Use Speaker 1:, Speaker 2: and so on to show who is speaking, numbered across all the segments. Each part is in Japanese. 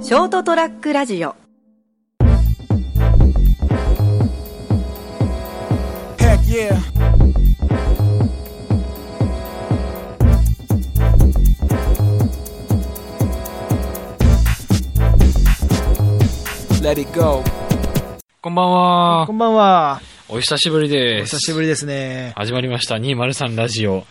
Speaker 1: ショートトラックラジオ
Speaker 2: Heck yeah. Let it go.
Speaker 3: こんばんは
Speaker 4: こ。んばんは。
Speaker 3: お久しぶり
Speaker 4: お
Speaker 3: です。
Speaker 4: 久しぶりですね。
Speaker 3: 始まりました。203ラジオ。よ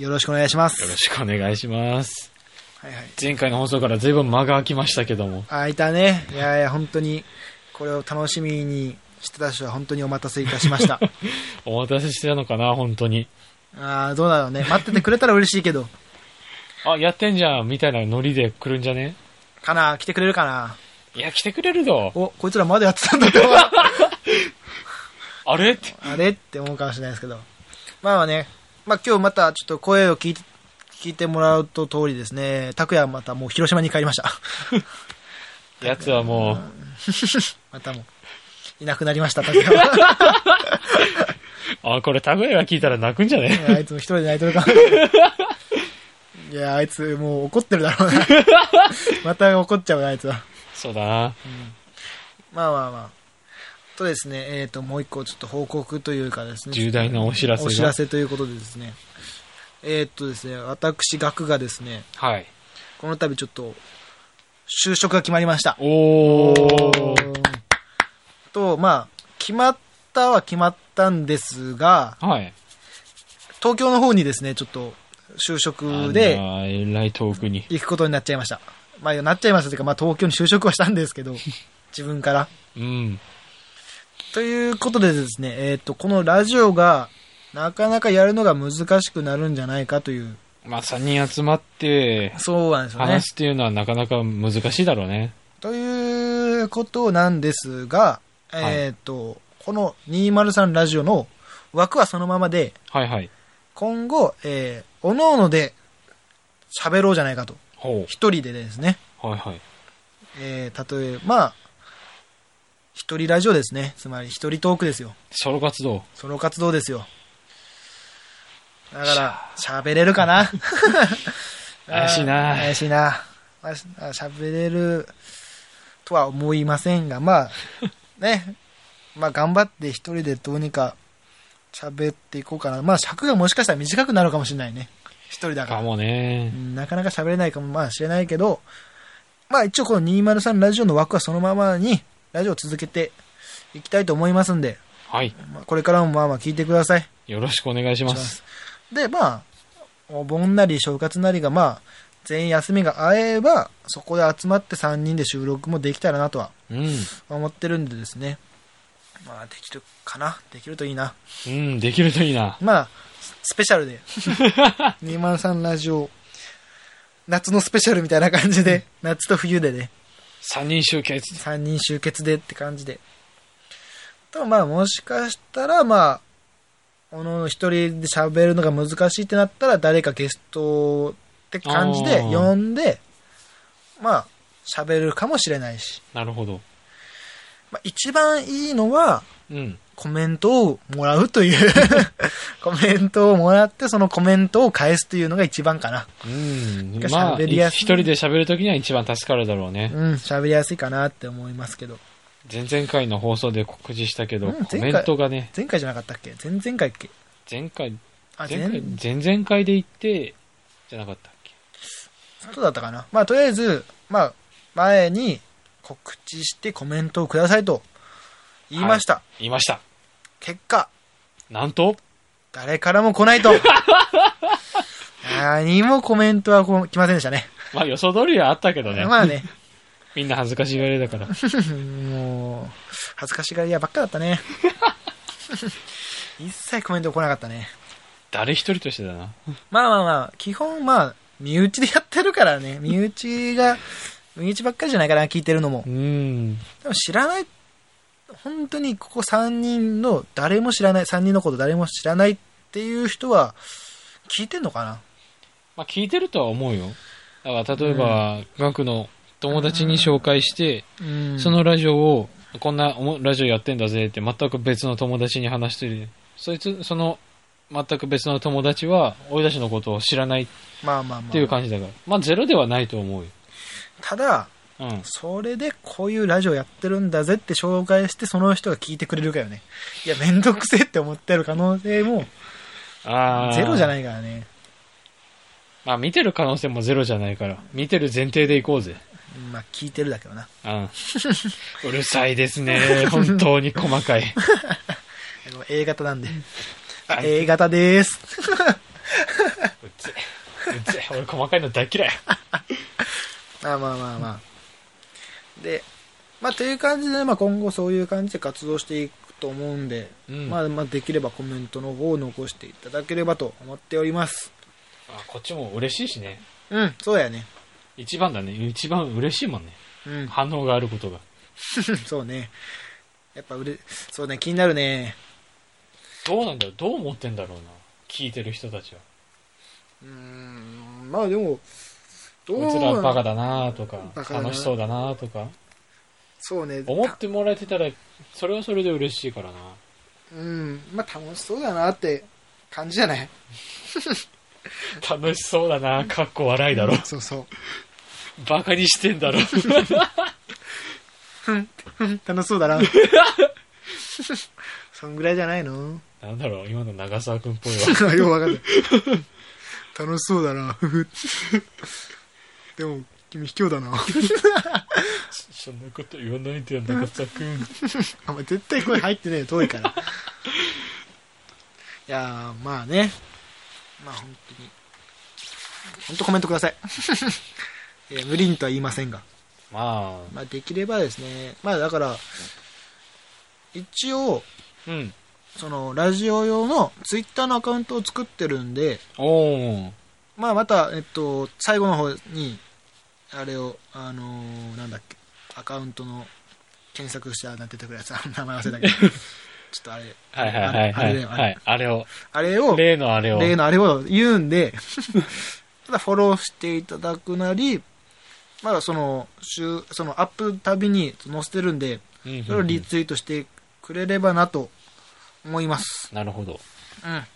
Speaker 4: よろしくお願いします。
Speaker 3: ろしくお願いします。
Speaker 4: はいはい。
Speaker 3: 前回の放送から随分間が空きましたけども。
Speaker 4: あ、いたね。いやいや、本当に、これを楽しみにしてた人は本当にお待たせいたしま した。
Speaker 3: お待たせしてたのかな、本当に。
Speaker 4: あーどうだろうね。待っててくれたら嬉しいけど。
Speaker 3: あ、やってんじゃん、みたいなノリで来るんじゃね
Speaker 4: かな来てくれるかない
Speaker 3: や、来てくれる ぞ。
Speaker 4: お、こいつらまだやってたんだと
Speaker 3: あれって。
Speaker 4: あれって思うかもしれないですけど。まあまあね、まあ今日またちょっと声を聞いて、聞いてもらうと通りですね、拓也はまたもう広島に帰りました。
Speaker 3: やつはもう、
Speaker 4: またもう、いなくなりました、拓也は。
Speaker 3: あ、これタグヤが聞いたら泣くんじゃ
Speaker 4: い
Speaker 3: ね
Speaker 4: やあいつも一人で泣いてるから。いや、あいつもう怒ってるだろうな。 また怒っちゃうな、あいつは。
Speaker 3: そうだな。
Speaker 4: まあまあまあ。とですね、えっ、と、もう一個ちょっと報告というかですね。
Speaker 3: 重大なお知らせが。
Speaker 4: お知らせということでですね。えっ、とですね、私、学がですね、
Speaker 3: はい。
Speaker 4: この度ちょっと、就職が決まりました。
Speaker 3: おー。
Speaker 4: と、まあ、決まったは決まったんですが、
Speaker 3: はい。
Speaker 4: 東京の方にですね、ちょっと、就職
Speaker 3: あ
Speaker 4: で、
Speaker 3: んなえらい遠くに。
Speaker 4: 行くことになっちゃいました。まあ、なっちゃいましたというか、まあ、東京に就職はしたんです けど、自分から。
Speaker 3: うん。
Speaker 4: ということでですね、えっ、と、このラジオが、なかなかやるのが難しくなるんじゃないかという。
Speaker 3: まあ、3人集まって、
Speaker 4: そうなんですよね
Speaker 3: 話。すっていうのはなかなか難しいだろうね。
Speaker 4: ということなんですが、
Speaker 3: はい
Speaker 4: えっ、と、この203ラジオの枠はそのままで、
Speaker 3: はいはい。
Speaker 4: 今後、えー、おのおので喋ろうじゃないかと。
Speaker 3: ほ
Speaker 4: 一人でですね。
Speaker 3: う。はいはい。
Speaker 4: えー、例えば、まあ、一人ラジオですね。つまり一人トークですよ。
Speaker 3: ソロ活動。
Speaker 4: ソロ活動ですよ。だから、喋れるかな
Speaker 3: 怪しいな
Speaker 4: あー怪しいな。まあしあ喋れるとは思いませんが、まあ、ね、まあ頑張って一人でどうにか喋っていこうかな。まあ尺がもしかしたら短くなるかもしれないね。一人だか。
Speaker 3: からもね
Speaker 4: う。んなかなか喋れないかもまあしれないけど、まあ一応この203ラジオの枠はそのままに、ラジオを続けていきたいと思いますんで、
Speaker 3: はい。
Speaker 4: まあこれからもまあまあ聞いてください。
Speaker 3: よろしくお願いします。
Speaker 4: で、まあ、お盆なり正月なりが、まあ、全員休みが合えば、そこで集まって3人で収録もできたらなとは
Speaker 3: うん。
Speaker 4: 思ってるんでですね。まあ、できるかなできるといいな。
Speaker 3: うん、できるといいな。
Speaker 4: まあ、ススペシャル で。203ラジオ、夏のスペシャルみたいな感じで、夏と冬でね、
Speaker 3: 三人集結。
Speaker 4: 3人集結でって感じで。と、まあ、もしかしたら、まあ、おのおの一人で喋るのが難しいってなったら、誰かゲストって感じで
Speaker 3: あー
Speaker 4: 呼んで、まあ、喋るかもしれないし。
Speaker 3: なるほど。
Speaker 4: まあ、一番いいのは、
Speaker 3: うん。
Speaker 4: コメントをもらうという。 コメントをもらって、そのコメントを返すというのが一番かな。
Speaker 3: うん。
Speaker 4: が
Speaker 3: まあ、
Speaker 4: 喋
Speaker 3: い
Speaker 4: りや
Speaker 3: 一
Speaker 4: すい
Speaker 3: 人で喋るときには一番助かるだろうね
Speaker 4: う。ん、喋りやすいかなって思いますけど。
Speaker 3: 前々回の放送で告示したけ
Speaker 4: う
Speaker 3: ど、
Speaker 4: ん前
Speaker 3: コ
Speaker 4: 回
Speaker 3: メントがね、
Speaker 4: 前回じゃなかったっけ前々回っけ
Speaker 3: 前回、
Speaker 4: あ、
Speaker 3: 前
Speaker 4: 前
Speaker 3: 回、前々回で言って、じゃなかったっけ
Speaker 4: どうだったかなまあ、とりあえず、まあ、前に告知してコメントをくださいと言いました。
Speaker 3: 言いました。
Speaker 4: 結果、
Speaker 3: なんと、
Speaker 4: 誰からも来な いと。何もコメントはこう来ませんでしたね。
Speaker 3: まあ予想通りはあったけどね。
Speaker 4: まあね、
Speaker 3: みんな恥ずかしがりだから。
Speaker 4: もう、恥ずかしがり屋ばっかだったね。 一切コメント来なかったね。
Speaker 3: 誰一人としてだな。
Speaker 4: まあまあまあ、基本まあ、身内でやってるからね。身内が、身内ばっかりじゃないかな、聞いてるのも
Speaker 3: う。ん。
Speaker 4: でも知らない、本当にここ3人の誰も知らない、3人のこと誰も知らないっていう人は、聞いてんのかな
Speaker 3: まあ、聞いてるとは思うよ。だから、例えば、学の友達に紹介して、
Speaker 4: うん
Speaker 3: そ、のラジオを、こんなおもラジオやってんだぜって、全く別の友達に話してる。そいつ、その、全く別の友達は、俺たちのことを知らないっ
Speaker 4: まあまあまあ。
Speaker 3: ていう感じだから。まあ、ゼロではないと思うよ。
Speaker 4: ただ、
Speaker 3: うん。
Speaker 4: それでこういうラジオやってるんだぜって紹介して、その人が聞いてくれるかよね。いや、めんどくせえって思ってる可能性も
Speaker 3: ああ。
Speaker 4: ゼロじゃ
Speaker 3: い。
Speaker 4: ないからね。
Speaker 3: まあ見てる可能性もゼロじゃないから。見てる前提でいこうぜ。
Speaker 4: まあ、聞いてるだけどな。
Speaker 3: うん。うるさいですね。本当に細かい。
Speaker 4: ごめん A 型なんで。あ
Speaker 3: は、い
Speaker 4: A 型でー す。
Speaker 3: うっぜ。うっぜ。俺細かいの大嫌い。
Speaker 4: まあまあまあまあ。で、まあという感じで、まあ今後そういう感じで活動していくと思うんで、
Speaker 3: うん。
Speaker 4: ま
Speaker 3: あ、
Speaker 4: あまあできればコメントの方を残していただければと思っております。
Speaker 3: こっちも嬉しいしね。
Speaker 4: うん、そうやね。
Speaker 3: 一番だね。一番嬉しいもんね。
Speaker 4: うん、
Speaker 3: 反応があることが。
Speaker 4: そうね。やっぱうれ、そうね、気になるね。
Speaker 3: どうなんだろうどう思ってんだろうな。聞いてる人たちは。
Speaker 4: うーん、まあでも、ど
Speaker 3: こいつらバカ
Speaker 4: だ。
Speaker 3: だなとか
Speaker 4: バ、カだな
Speaker 3: 楽しそうだなとか。
Speaker 4: そうね。
Speaker 3: 思ったてもらえてたら、それはそれで嬉しいからな。
Speaker 4: うん、まあ楽しそうだなって感じじゃない
Speaker 3: 楽しそうだな、かっこ笑いだろ。
Speaker 4: そうそう。
Speaker 3: バカにしてん だろ。
Speaker 4: 楽しそう だな。そんぐらいじゃないの
Speaker 3: なんだろう、今の長澤くんっぽいわ。
Speaker 4: よくわかんない。楽しそうだな。 ふふでも、君卑 怯だな。
Speaker 3: そんなこと言わないでよ、長澤く ん。
Speaker 4: あんま絶対声入ってねえよ、遠 いから。いやー、まあね。まあ本当に。本当コメントください。 いや無理にとは言いませんが。
Speaker 3: ま
Speaker 4: まあできればですね。まあだから、一応、
Speaker 3: あ、うん。
Speaker 4: その、ラジオ用のツイッターのアカウントを作ってるんで、
Speaker 3: おー。
Speaker 4: まあまた、えっと、最後の方に、あれを、あのーなんだっけ、アカウントの検索したらなんて出てくるやつ、あの 名前忘れたけど、ちょっとあれ、
Speaker 3: はいはいはい
Speaker 4: あ
Speaker 3: はい。
Speaker 4: れあれ
Speaker 3: はい、あれを。
Speaker 4: あれを、
Speaker 3: 例のあれを。
Speaker 4: 例のあれを言うんで、 ただフォローしていただくなり、まだその、週、そのアップたびに載せてるんで、
Speaker 3: うんうんうん
Speaker 4: それをリツイートしてくれればなと思います。
Speaker 3: なるほど。
Speaker 4: うん。あ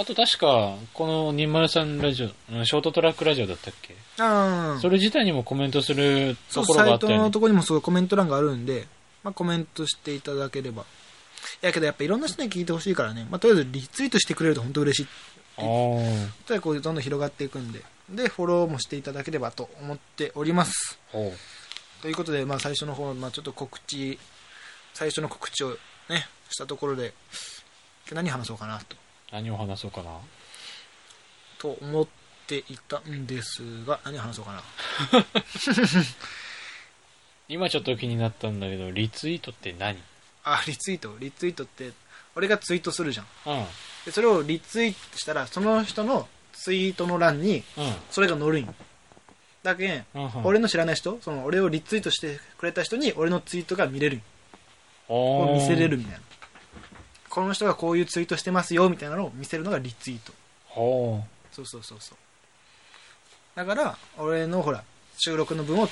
Speaker 3: あと確か、この203ラジオ、うんショートトラックラジオだったっけ、
Speaker 4: あー。
Speaker 3: それ自体にもコメントする
Speaker 4: そ
Speaker 3: とこ
Speaker 4: う、
Speaker 3: ろ
Speaker 4: サ
Speaker 3: があ
Speaker 4: イ
Speaker 3: った
Speaker 4: ト
Speaker 3: よ
Speaker 4: の
Speaker 3: ね
Speaker 4: と。こにもそうコメント欄があるんで、まあコメントしていただければ。いやけどやっぱいろんな人に聞いてほしいからね、まあとりあえずリツイートしてくれると本当嬉しい。
Speaker 3: おー。
Speaker 4: ただこうどんどん広がっていくんで、で、フォローもしていただければと思っております。
Speaker 3: ほう。
Speaker 4: ということで、まあ最初の方、まあちょっと告知、最初の告知をね、したところで、何話そうかなと、
Speaker 3: 何を話そうかな。
Speaker 4: と思っていたんですが、何話そうかな。
Speaker 3: 今ちょっと気になったんだけど、リツイートって何
Speaker 4: あ、リツイート、リツイートって、俺がツイートするじゃん。
Speaker 3: うん。
Speaker 4: でそれをリツイートしたらその人のツイートの欄に
Speaker 3: うん。
Speaker 4: それが載るんよだけん、
Speaker 3: うんうん
Speaker 4: 俺の知らない人その俺をリツイートしてくれた人に俺のツイートが見れるんよ
Speaker 3: お
Speaker 4: こ
Speaker 3: ー
Speaker 4: う見せれるみたいなこの人がこういうツイートしてますよみたいなのを見せるのがリツイート
Speaker 3: ほう。
Speaker 4: そうそうそうそうだから俺のほら収録の分を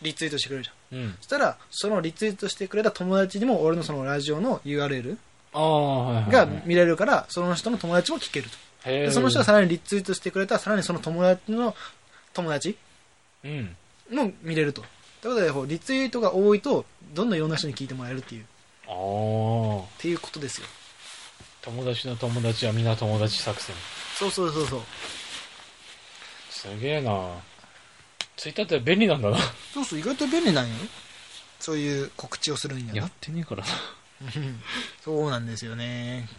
Speaker 4: リツイートしてくれるじゃん
Speaker 3: うん。
Speaker 4: そしたらそのリツイートしてくれた友達にも俺のそのラジオの URL
Speaker 3: ああ、はいはい、はい。
Speaker 4: が見れるからその人の友達も聞けると
Speaker 3: へ
Speaker 4: で
Speaker 3: ー
Speaker 4: その人がさらにリツイートしてくれたらさらにその友達の友達
Speaker 3: うん。
Speaker 4: の見れると。ということでこう、リツイートが多いと、どんどんいろんな人に聞いてもらえるっていう、っ
Speaker 3: ああ。
Speaker 4: ていうことですよ。
Speaker 3: 友達の友達は皆友達作戦。
Speaker 4: そうそうそうそう。
Speaker 3: すげえなツイッターって便利なんだな。
Speaker 4: そうそう、意外と便利なんよ。そういう告知をするんや
Speaker 3: や
Speaker 4: な
Speaker 3: っ。てねえからな。
Speaker 4: うんそうなんですよね。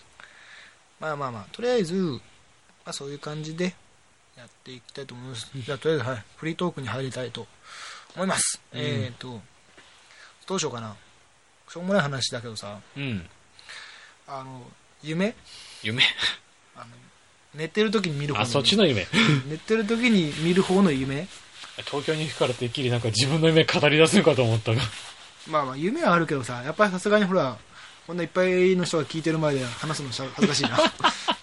Speaker 4: まあまあまあ、とりあえず、まあそういう感じでやっていきたいと思います。じゃあとりあえず、はい、フリートークに入りたいと思います。
Speaker 3: うん
Speaker 4: えっと、どうしようかな。しょうもない話だけどさ、
Speaker 3: うん。
Speaker 4: あの、夢
Speaker 3: 夢
Speaker 4: あの寝てる時に見る方
Speaker 3: あ、そっち
Speaker 4: の
Speaker 3: の夢。
Speaker 4: 夢寝てる時に見る方の夢
Speaker 3: 東京に行くからてっきりなんか自分の夢語り出すのかと思ったが。
Speaker 4: まあまあ夢はあるけどさやっぱりさすがにほらこんないっぱいの人が聞いてる前で話すのしゃ恥ずかしい な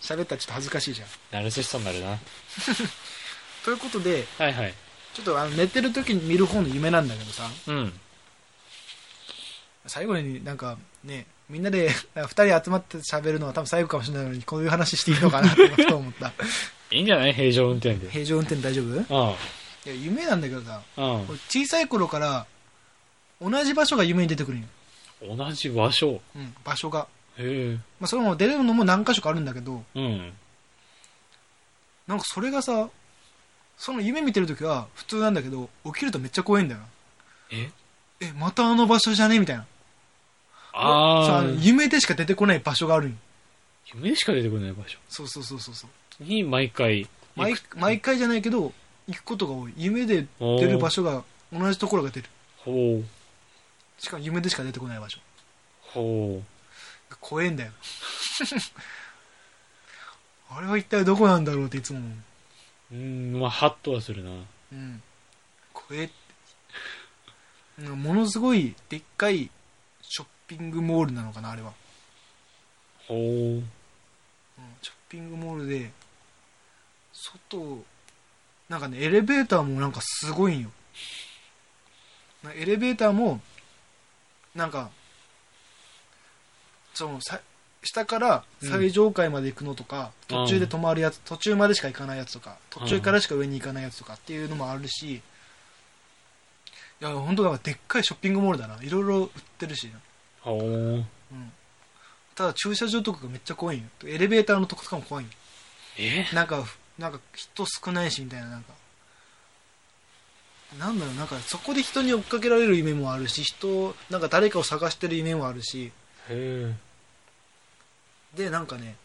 Speaker 4: 喋ったらちょっと恥ずかしいじゃん
Speaker 3: ナルシストになるな。
Speaker 4: ということで
Speaker 3: はいはい。
Speaker 4: ちょっとあの寝てる時に見る方の夢なんだけどさ
Speaker 3: うん。
Speaker 4: 最後になんかねみんなでなんか2人集まって喋るのは多分最後かもしれないのにこ ういう話していいのかなってふと思った
Speaker 3: いいんじゃない平常運転で。
Speaker 4: 平常運転大丈夫
Speaker 3: ああ。
Speaker 4: いや、夢なんだけどさ、
Speaker 3: うん
Speaker 4: 俺小さい頃から、同じ場所が夢に出てくるんよ。
Speaker 3: 同じ場所。
Speaker 4: うん、場所が。
Speaker 3: へ
Speaker 4: まあ、それも出るのも何箇所かあるんだけど、
Speaker 3: え。うん。
Speaker 4: なんかそれがさ、その夢見てるときは普通なんだけど、起きるとめっちゃ怖いんだよな。
Speaker 3: え
Speaker 4: え、またあの場所じゃねみたいな。
Speaker 3: あ
Speaker 4: さ
Speaker 3: ー、
Speaker 4: 夢でしか出てこない場所があるんよ。
Speaker 3: 夢しか出てこない場所
Speaker 4: そうそうそうそうそう。
Speaker 3: に毎回行
Speaker 4: 毎
Speaker 3: く。
Speaker 4: 毎回じゃないけど、行くことが多い。夢で出る場所が、同じところが出る。
Speaker 3: ほう。
Speaker 4: しかも夢でしか出てこない場所。
Speaker 3: ほ
Speaker 4: 怖えんだよ。 あれは一体どこなんだろうっていつも思う。
Speaker 3: う。うん、まあ、ハッとはするな。
Speaker 4: うん。怖えって。なんかものすごいでっかいショッピングモールなのかな、あれは。
Speaker 3: ほう。
Speaker 4: うん、ショッピングモールで、外、なんかね、エレベーターもなんかすごいんよ。なエレベーターも、なんか、その、さ下から最上階まで行くのとか、
Speaker 3: うん
Speaker 4: 途中で止まるやつ、途中までしか行かないやつとか、途中からしか上に行かないやつとかっていうのもあるし、いや、本当なんかでっかいショッピングモールだな。いろいろ売ってるし、
Speaker 3: ほう。
Speaker 4: うん。ただ駐車場とかがめっちゃ怖いんよ。エレベーターのとことかも怖いんよ。
Speaker 3: え
Speaker 4: なんか、ふなんか人少ないしみたいな、なんか。なんだろう、なんかそこで人に追っかけられる夢もあるし、人、なんか誰かを探してる夢もあるし、
Speaker 3: へえ。
Speaker 4: で、なんかね、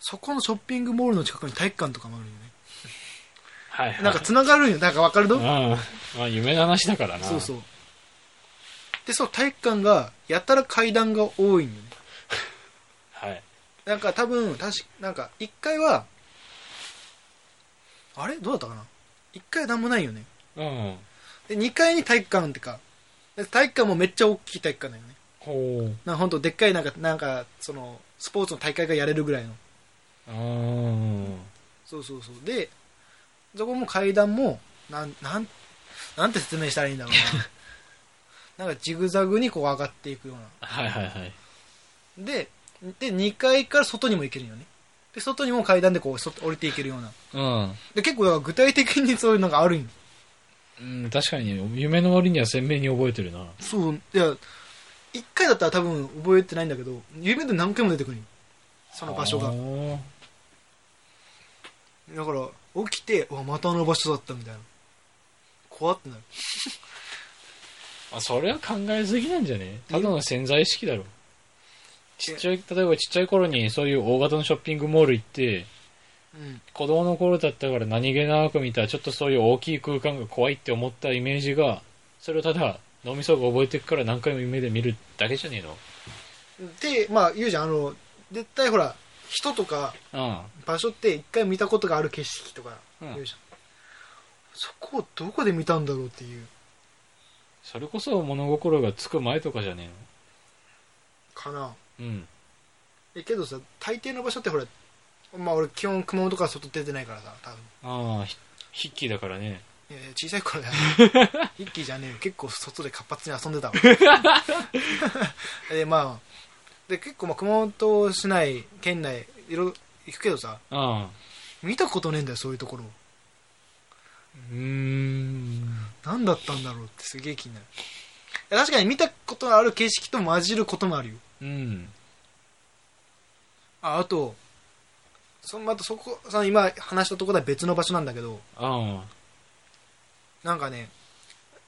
Speaker 4: そこのショッピングモールの近くに体育館とかもあるよね。
Speaker 3: はいはい。
Speaker 4: なんか繋がるんよ。なんかわかる
Speaker 3: うん。
Speaker 4: の
Speaker 3: まあ、夢の話だからな。
Speaker 4: そうそう。で、その体育館が、やたら階段が多いんよね。
Speaker 3: はい。
Speaker 4: なんか多分、確か、なんか、一回は、あれどうだったかな一回はなんもないよね。
Speaker 3: うん。
Speaker 4: で、2階に体育館ってか、で体育館もめっちゃ大きい体育館だよね。
Speaker 3: ほう。
Speaker 4: なんかほんとでっかいなんか、なんか、その、スポーツの大会がやれるぐらいの。
Speaker 3: うん。
Speaker 4: そうそうそう。で、そこも階段も、なん、なん、なんて説明したらいいんだろうな。なんかジグザグにこう上がっていくような。
Speaker 3: はいはいはい。
Speaker 4: で、で、2階から外にも行けるよね。で、外にも階段でこう、そ降りていけるような。
Speaker 3: うん。
Speaker 4: で、結構だから具体的にそういうのがあるんよ
Speaker 3: うん、確かに、夢の割には鮮明に覚えてるな。
Speaker 4: そう、いや、一回だったら多分覚えてないんだけど、夢で何回も出てくるよその場所が
Speaker 3: あ。ー
Speaker 4: だから、起きて、うわ、またあの場所だったみたいな。怖ってなる。
Speaker 3: あ、それは考えすぎなんじゃねただの潜在意識だろ。ちっちゃい、例えばちっちゃい頃にそういう大型のショッピングモール行って、
Speaker 4: うん。
Speaker 3: 子供の頃だったから何気なく見た、ちょっとそういう大きい空間が怖いって思ったイメージが、それをただ脳みそが覚えてくから何回も夢で見るだけじゃねえの
Speaker 4: で、まあ、言うじゃん、あの、絶対ほら、人とか場所って一回見たことがある景色とか
Speaker 3: うん
Speaker 4: 言うじゃん。そこをどこで見たんだろうっていう、
Speaker 3: それこそ物心がつく前とかじゃね
Speaker 4: かな。
Speaker 3: えのうん。
Speaker 4: えけどさ、大抵の場所ってほら、まあ俺基本熊本から外出てないからさ、多分。
Speaker 3: ああ、ひ筆記だからね。
Speaker 4: いやいや小さい頃だよ一気じゃねえよ結構外で活発に遊んでたわでまあで結構まあ熊本市内県内いろいろ行くけどさ
Speaker 3: ああ。
Speaker 4: 見たことねえんだよそういうところ
Speaker 3: うーん。
Speaker 4: 何だったんだろうってすげえ気になるいや確かに見たことのある景色と混じることもあるよ
Speaker 3: うん。
Speaker 4: ああとそまたそこその今話したところは別の場所なんだけど
Speaker 3: あ
Speaker 4: なんかね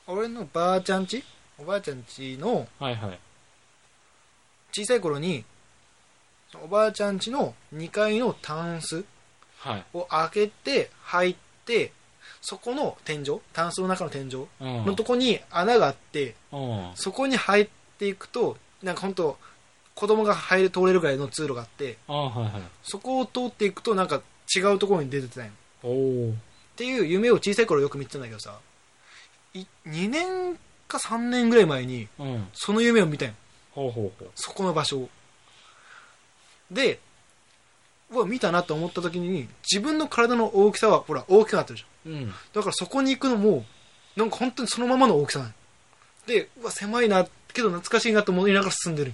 Speaker 4: 俺のばあちゃんちおばあちゃんちの
Speaker 3: あ。はいはい。
Speaker 4: 小さい頃におばあちゃん家の2階のタンス
Speaker 3: はい。
Speaker 4: を開けて入ってそこの天井タンスの中の天井
Speaker 3: うん。
Speaker 4: のとこに穴があって
Speaker 3: うん。
Speaker 4: そこに入っていくとなんか本当子供が入れ通れるぐらいの通路があって
Speaker 3: ああ、はいはい。
Speaker 4: そこを通っていくとなんか違うところに出てたんよっ
Speaker 3: おお。
Speaker 4: ていう夢を小さい頃よく見てたんだけどさい2年か3年ぐらい前に
Speaker 3: うん。
Speaker 4: その夢を見たんよ
Speaker 3: ほうほうほう。
Speaker 4: そこの場所をでうわ見たなと思った時に自分の体の大きさはほら大きくなってるじゃ
Speaker 3: うん。
Speaker 4: んだからそこに行くのもなんか本当にそのままの大きさなのでうわ狭いなけど懐かしいなと思いながら進んでる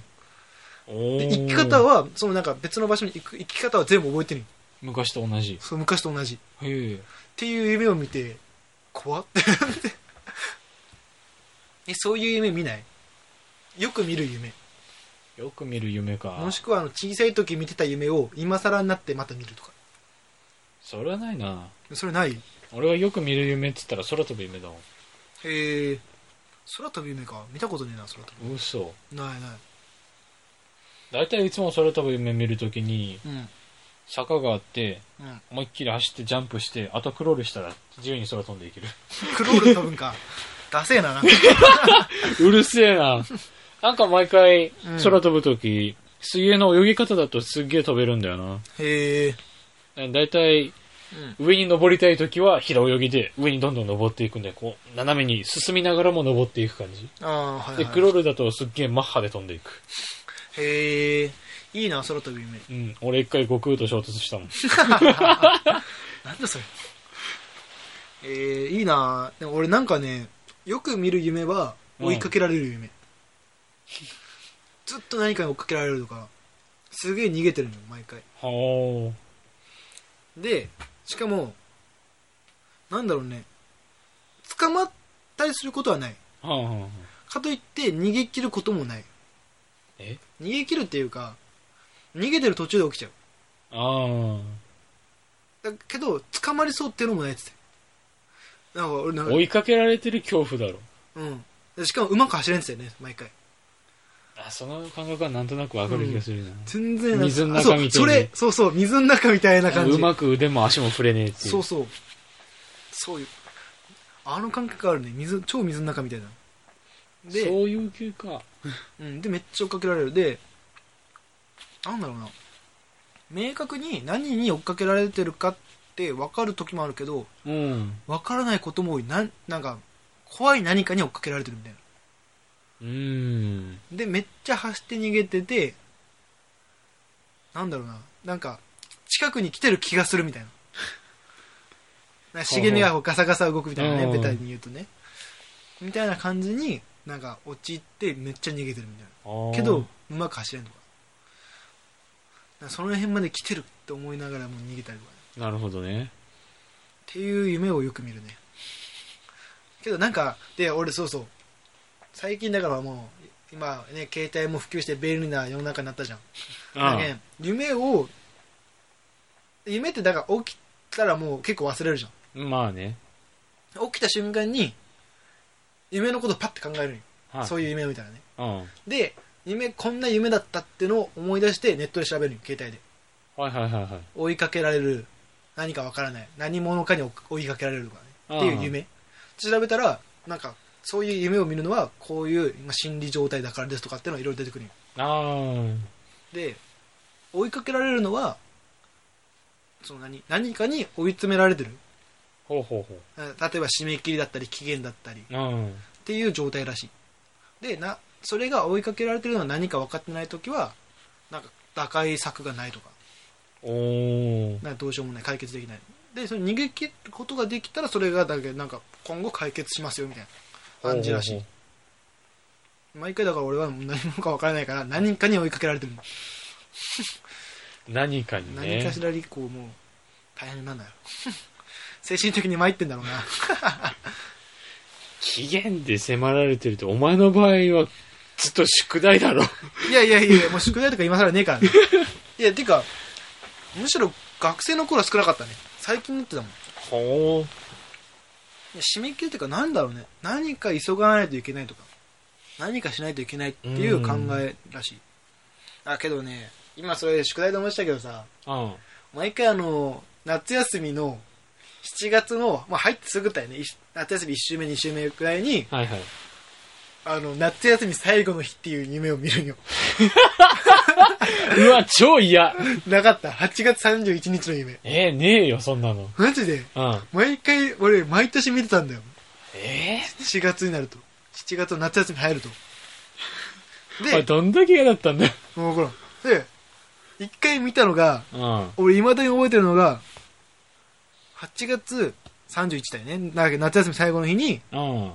Speaker 3: おお。
Speaker 4: で行き方はそのなんか別の場所に行く行き方は全部覚えてる
Speaker 3: 昔と同じ。
Speaker 4: そう昔と同じっ
Speaker 3: へえ。
Speaker 4: ていう夢を見てこ怖って えそういう夢見ないよく見る夢
Speaker 3: よく見る夢か
Speaker 4: も。しくはあの小さい時見てた夢を今更になってまた見るとか
Speaker 3: それはないな。
Speaker 4: それない
Speaker 3: 俺がよく見る夢って言ったら空飛ぶ夢だも
Speaker 4: えー、空飛ぶ夢か見たことねえな空飛
Speaker 3: ん。嘘。
Speaker 4: ぶないない
Speaker 3: 大体いつも空飛ぶ夢見るときに、
Speaker 4: うん
Speaker 3: 坂があって、
Speaker 4: うん
Speaker 3: 思いっきり走ってジャンプして、あとクロールしたら自由に空飛んでいける。
Speaker 4: クロール飛ぶん かダセえななんか
Speaker 3: うるせえな。なんか毎回
Speaker 4: うん
Speaker 3: 空飛ぶとき、水泳の泳ぎ方だとすっげえ飛べるんだよ
Speaker 4: へえ
Speaker 3: な。だいたい上に登りたいときは平泳ぎで上にどんどん登っていくんで、こう、斜めに進みながらも登っていく感じ。
Speaker 4: ああはい、はい、
Speaker 3: で、クロールだとすっげえマッハで飛んでいく。
Speaker 4: へえいいな空飛ぶ夢
Speaker 3: うん、俺一回悟空と衝突したもん。
Speaker 4: なんだそれえー、いいなでも俺なんかねよく見る夢は追いかけられる夢、ずっと何かに追っかけられるとかすげえ逃げてるのよ毎回
Speaker 3: は
Speaker 4: でしかもなんだろうね捕まったりすることはない
Speaker 3: あ。はあ、はあ。
Speaker 4: かといって逃げ切ることもない
Speaker 3: え
Speaker 4: 逃げ切るっていうか逃げてる途中で起きちゃう
Speaker 3: あ
Speaker 4: だけど捕まりそうっていうのもないっつってなんか俺な
Speaker 3: あ。
Speaker 4: んか
Speaker 3: 追いかけられてる恐怖だろ。
Speaker 4: うんでしかもうまく走れんすよね毎回
Speaker 3: あ、その感覚はなんとなくわかる気がするな。
Speaker 4: 全然なんか
Speaker 3: 水の中
Speaker 4: あそう
Speaker 3: みたいに
Speaker 4: それそうそう水の中みたいな感じ
Speaker 3: うまく腕も足も触れねえっていう。
Speaker 4: そうそうそういうあの感覚あるね水超水の中みたいなで
Speaker 3: そういう系か。
Speaker 4: うん、でめっちゃ追っかけられるでなんだろうな明確に何に追っかけられてるかって分かる時もあるけど
Speaker 3: うん。
Speaker 4: 分からないことも多いなんなんか怖い何かに追っかけられてるみたいな
Speaker 3: うん。
Speaker 4: でめっちゃ走って逃げててなんだろうななんか近くに来てる気がする みたいななんか茂みがこうガサガサ動くみたいな
Speaker 3: うん
Speaker 4: ねベタに言うとねみたいな感じになんか陥ってめっちゃ逃げてるみたいなけど、うまく走れんとか。だからその辺まで来てるって思いながらも逃げたりとか、ね、
Speaker 3: なるほどね。
Speaker 4: っていう夢をよく見るね。けどなんか、で、俺そうそう。最近だからもう、今ね、携帯も普及して便利な世の中になったじゃん。だからね夢を、夢ってだから起きたらもう結構忘れるじゃ
Speaker 3: うんまあね。
Speaker 4: ん。起きた瞬間に、夢のことパッて考えるんよ。
Speaker 3: はい
Speaker 4: そういう夢みたいなね。
Speaker 3: うん。はい
Speaker 4: で、夢、こんな夢だったってのを思い出してネットで調べるんよ、携帯で。
Speaker 3: はいはいはい。
Speaker 4: 追いかけられる何かわからない何者かに追いかけられるとかねっていう夢調べたらなんかそういう夢を見るのはこういう今心理状態だからですとかっていうのがいろいろ出てくるよ
Speaker 3: あ
Speaker 4: で追いかけられるのはその何何かに追い詰められてる
Speaker 3: あ。ほうほうほ
Speaker 4: えー例えば締め切りだったり期限だったりっ
Speaker 3: う。うん。
Speaker 4: ていう状態らしいでなそれが追いかけられてるのは何か分かってない時はなんか打開策がないとか
Speaker 3: おー。
Speaker 4: なんかどうしようもない解決できないでその逃げ切ることができたらそれがだけなんか今後解決しますよみたいな感じらし
Speaker 3: ほ
Speaker 4: いう毎回だから俺は何者か分からないから何かに追いかけられてるの、
Speaker 3: ほう何かにね。
Speaker 4: 何かしらにこうもう大変なんだよ 精神的に参ってんだろうな
Speaker 3: 期限で迫られてると、お前の場合はずっと宿題 だろ。
Speaker 4: いやいやいやもう宿題とか今更ねえからねいやてかむしろ学生の頃は少なかったね最近になってたもんい
Speaker 3: ほう。
Speaker 4: や締め切りっていうか何だろうね何か急がないといけないとか何かしないといけないっていう考えらしいあけどね今それ宿題で思い出したけどさ
Speaker 3: うん。
Speaker 4: 毎回あの夏休みの7月の、まあ、入ってすぐだよねいし夏休み1週目2週目くらいに
Speaker 3: はいはい。
Speaker 4: あの夏休み最後の日っていう夢を見るんよ
Speaker 3: うわ、超嫌。
Speaker 4: なかった8月31日の夢
Speaker 3: えー、ねえよ、そんなの。
Speaker 4: マジで
Speaker 3: うん。
Speaker 4: 毎回俺毎年見てたんだよ
Speaker 3: え
Speaker 4: 4月になると7月の夏休み入ると
Speaker 3: ー、おい
Speaker 4: で
Speaker 3: どんだけ嫌だったんだよ。
Speaker 4: もうほらで1回見たのが
Speaker 3: うん。
Speaker 4: 俺、未だに覚えてるのが、8月31だよね。なんか夏休み最後の日に、
Speaker 3: うん。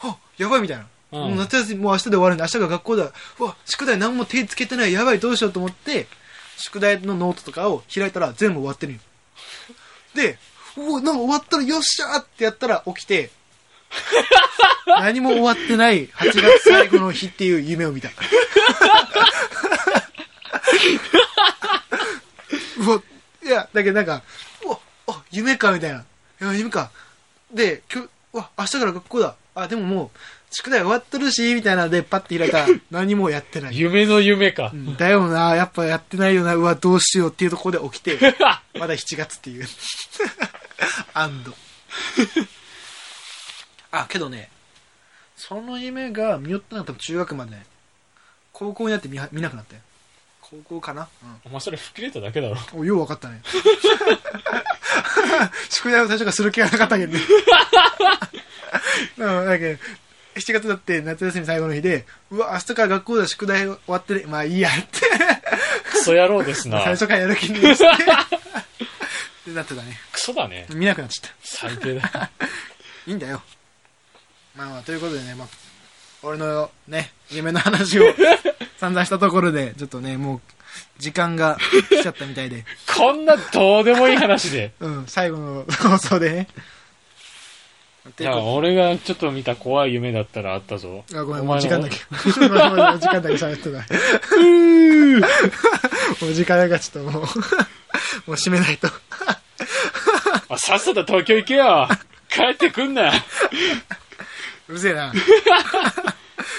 Speaker 4: あやばいみたいな。
Speaker 3: うん
Speaker 4: もう夏休み、もう明日で終わるんだ。明日が学校だ。うわ、宿題何も手つけてない。やばい、どうしようと思って、宿題のノートとかを開いたら全部終わってるよ。で、うお、なんか終わったらよっしゃーってやったら起きて、何も終わってない8月最後の日っていう夢を見た。 うわ、いや、だけどなんか、うわ、あ、夢か、みたいな。いや、夢か。で、今日、うわ、明日から学校だ。あ、でももう、宿題終わってるし、みたいなので、パッて開いたら、何もやってない。
Speaker 3: 夢の夢か。
Speaker 4: うんだよな、やっぱやってないよな、うわ、どうしようっていうところで起きて、まだ7月っていう。 アンド。あ、けどね、その夢が見よったのは多分中学までね、高校になって見は見なくなったよ。高校かな
Speaker 3: お前それ吹っ切れただけだろ。
Speaker 4: うん。お、よう分かったね。 宿題を最初からする気がなかったけどね。うん、だけど、7月だって夏休み最後の日で、うわ、明日から学校だ、宿題終わってね、まあいいやって。
Speaker 3: クソ野郎ですな。ク
Speaker 4: 最初からやる気にして。ってなってたね。
Speaker 3: ソだね。
Speaker 4: 見なくなっちゃっ
Speaker 3: 最低だ。
Speaker 4: た。いいんだよ。まあまあ、ということでね、まあ、俺のね、夢 の話を散々したところで、ちょっとね、もう、時間が来ちゃったみたいで、
Speaker 3: こんなどうでもいい話で。
Speaker 4: うん、最後の放送でね。
Speaker 3: いや、俺がちょっと見た怖い夢だったらあったぞ。
Speaker 4: あごめん、
Speaker 3: お
Speaker 4: もう
Speaker 3: 前
Speaker 4: 時
Speaker 3: の
Speaker 4: 間 だけ。ごめんもう時間だけ喋ってない。もう時間がちょっともう、もう閉めな いと。
Speaker 3: あさっさと東京行けよ。 帰ってくんな。
Speaker 4: うるせえな。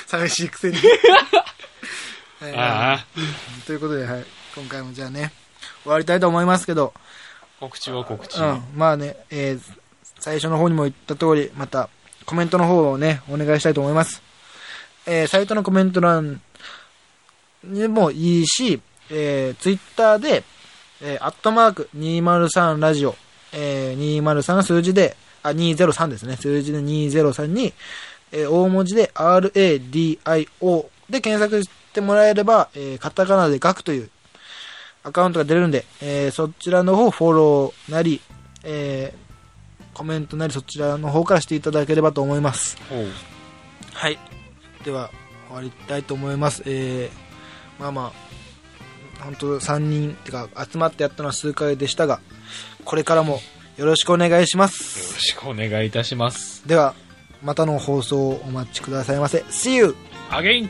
Speaker 4: 寂し いくせに。はい
Speaker 3: ああ。
Speaker 4: ということで、はい、今回もじゃあね、終わりたいと思いますけど、
Speaker 3: 告知は告知。
Speaker 4: うん、まあね、えー最初の方にも言った通り、またコメントの方をね、お願いしたいと思います。えーサイトのコメント欄にもいいし、えツイッター Twitter で、えーアットマーク203ラジオ、えー203数字で、あ、203ですね、数字で203に、えー大文字で RADIO で検索してもらえれば、えーカタカナで書くというアカウントが出るんで、えーそちらの方フォローなり、えーコメントなりそちらの方からしていただければと思います。
Speaker 3: ほう
Speaker 4: はい。では、終わりたいと思います。えーまあまあ、本当3人、てか集まってやったのは数回でしたが、これからもよろしくお願いしま
Speaker 3: よ
Speaker 4: す。
Speaker 3: ろしくお願いいたします。
Speaker 4: では、またの放送をお待ちくださいませ。See you!
Speaker 3: アゲイン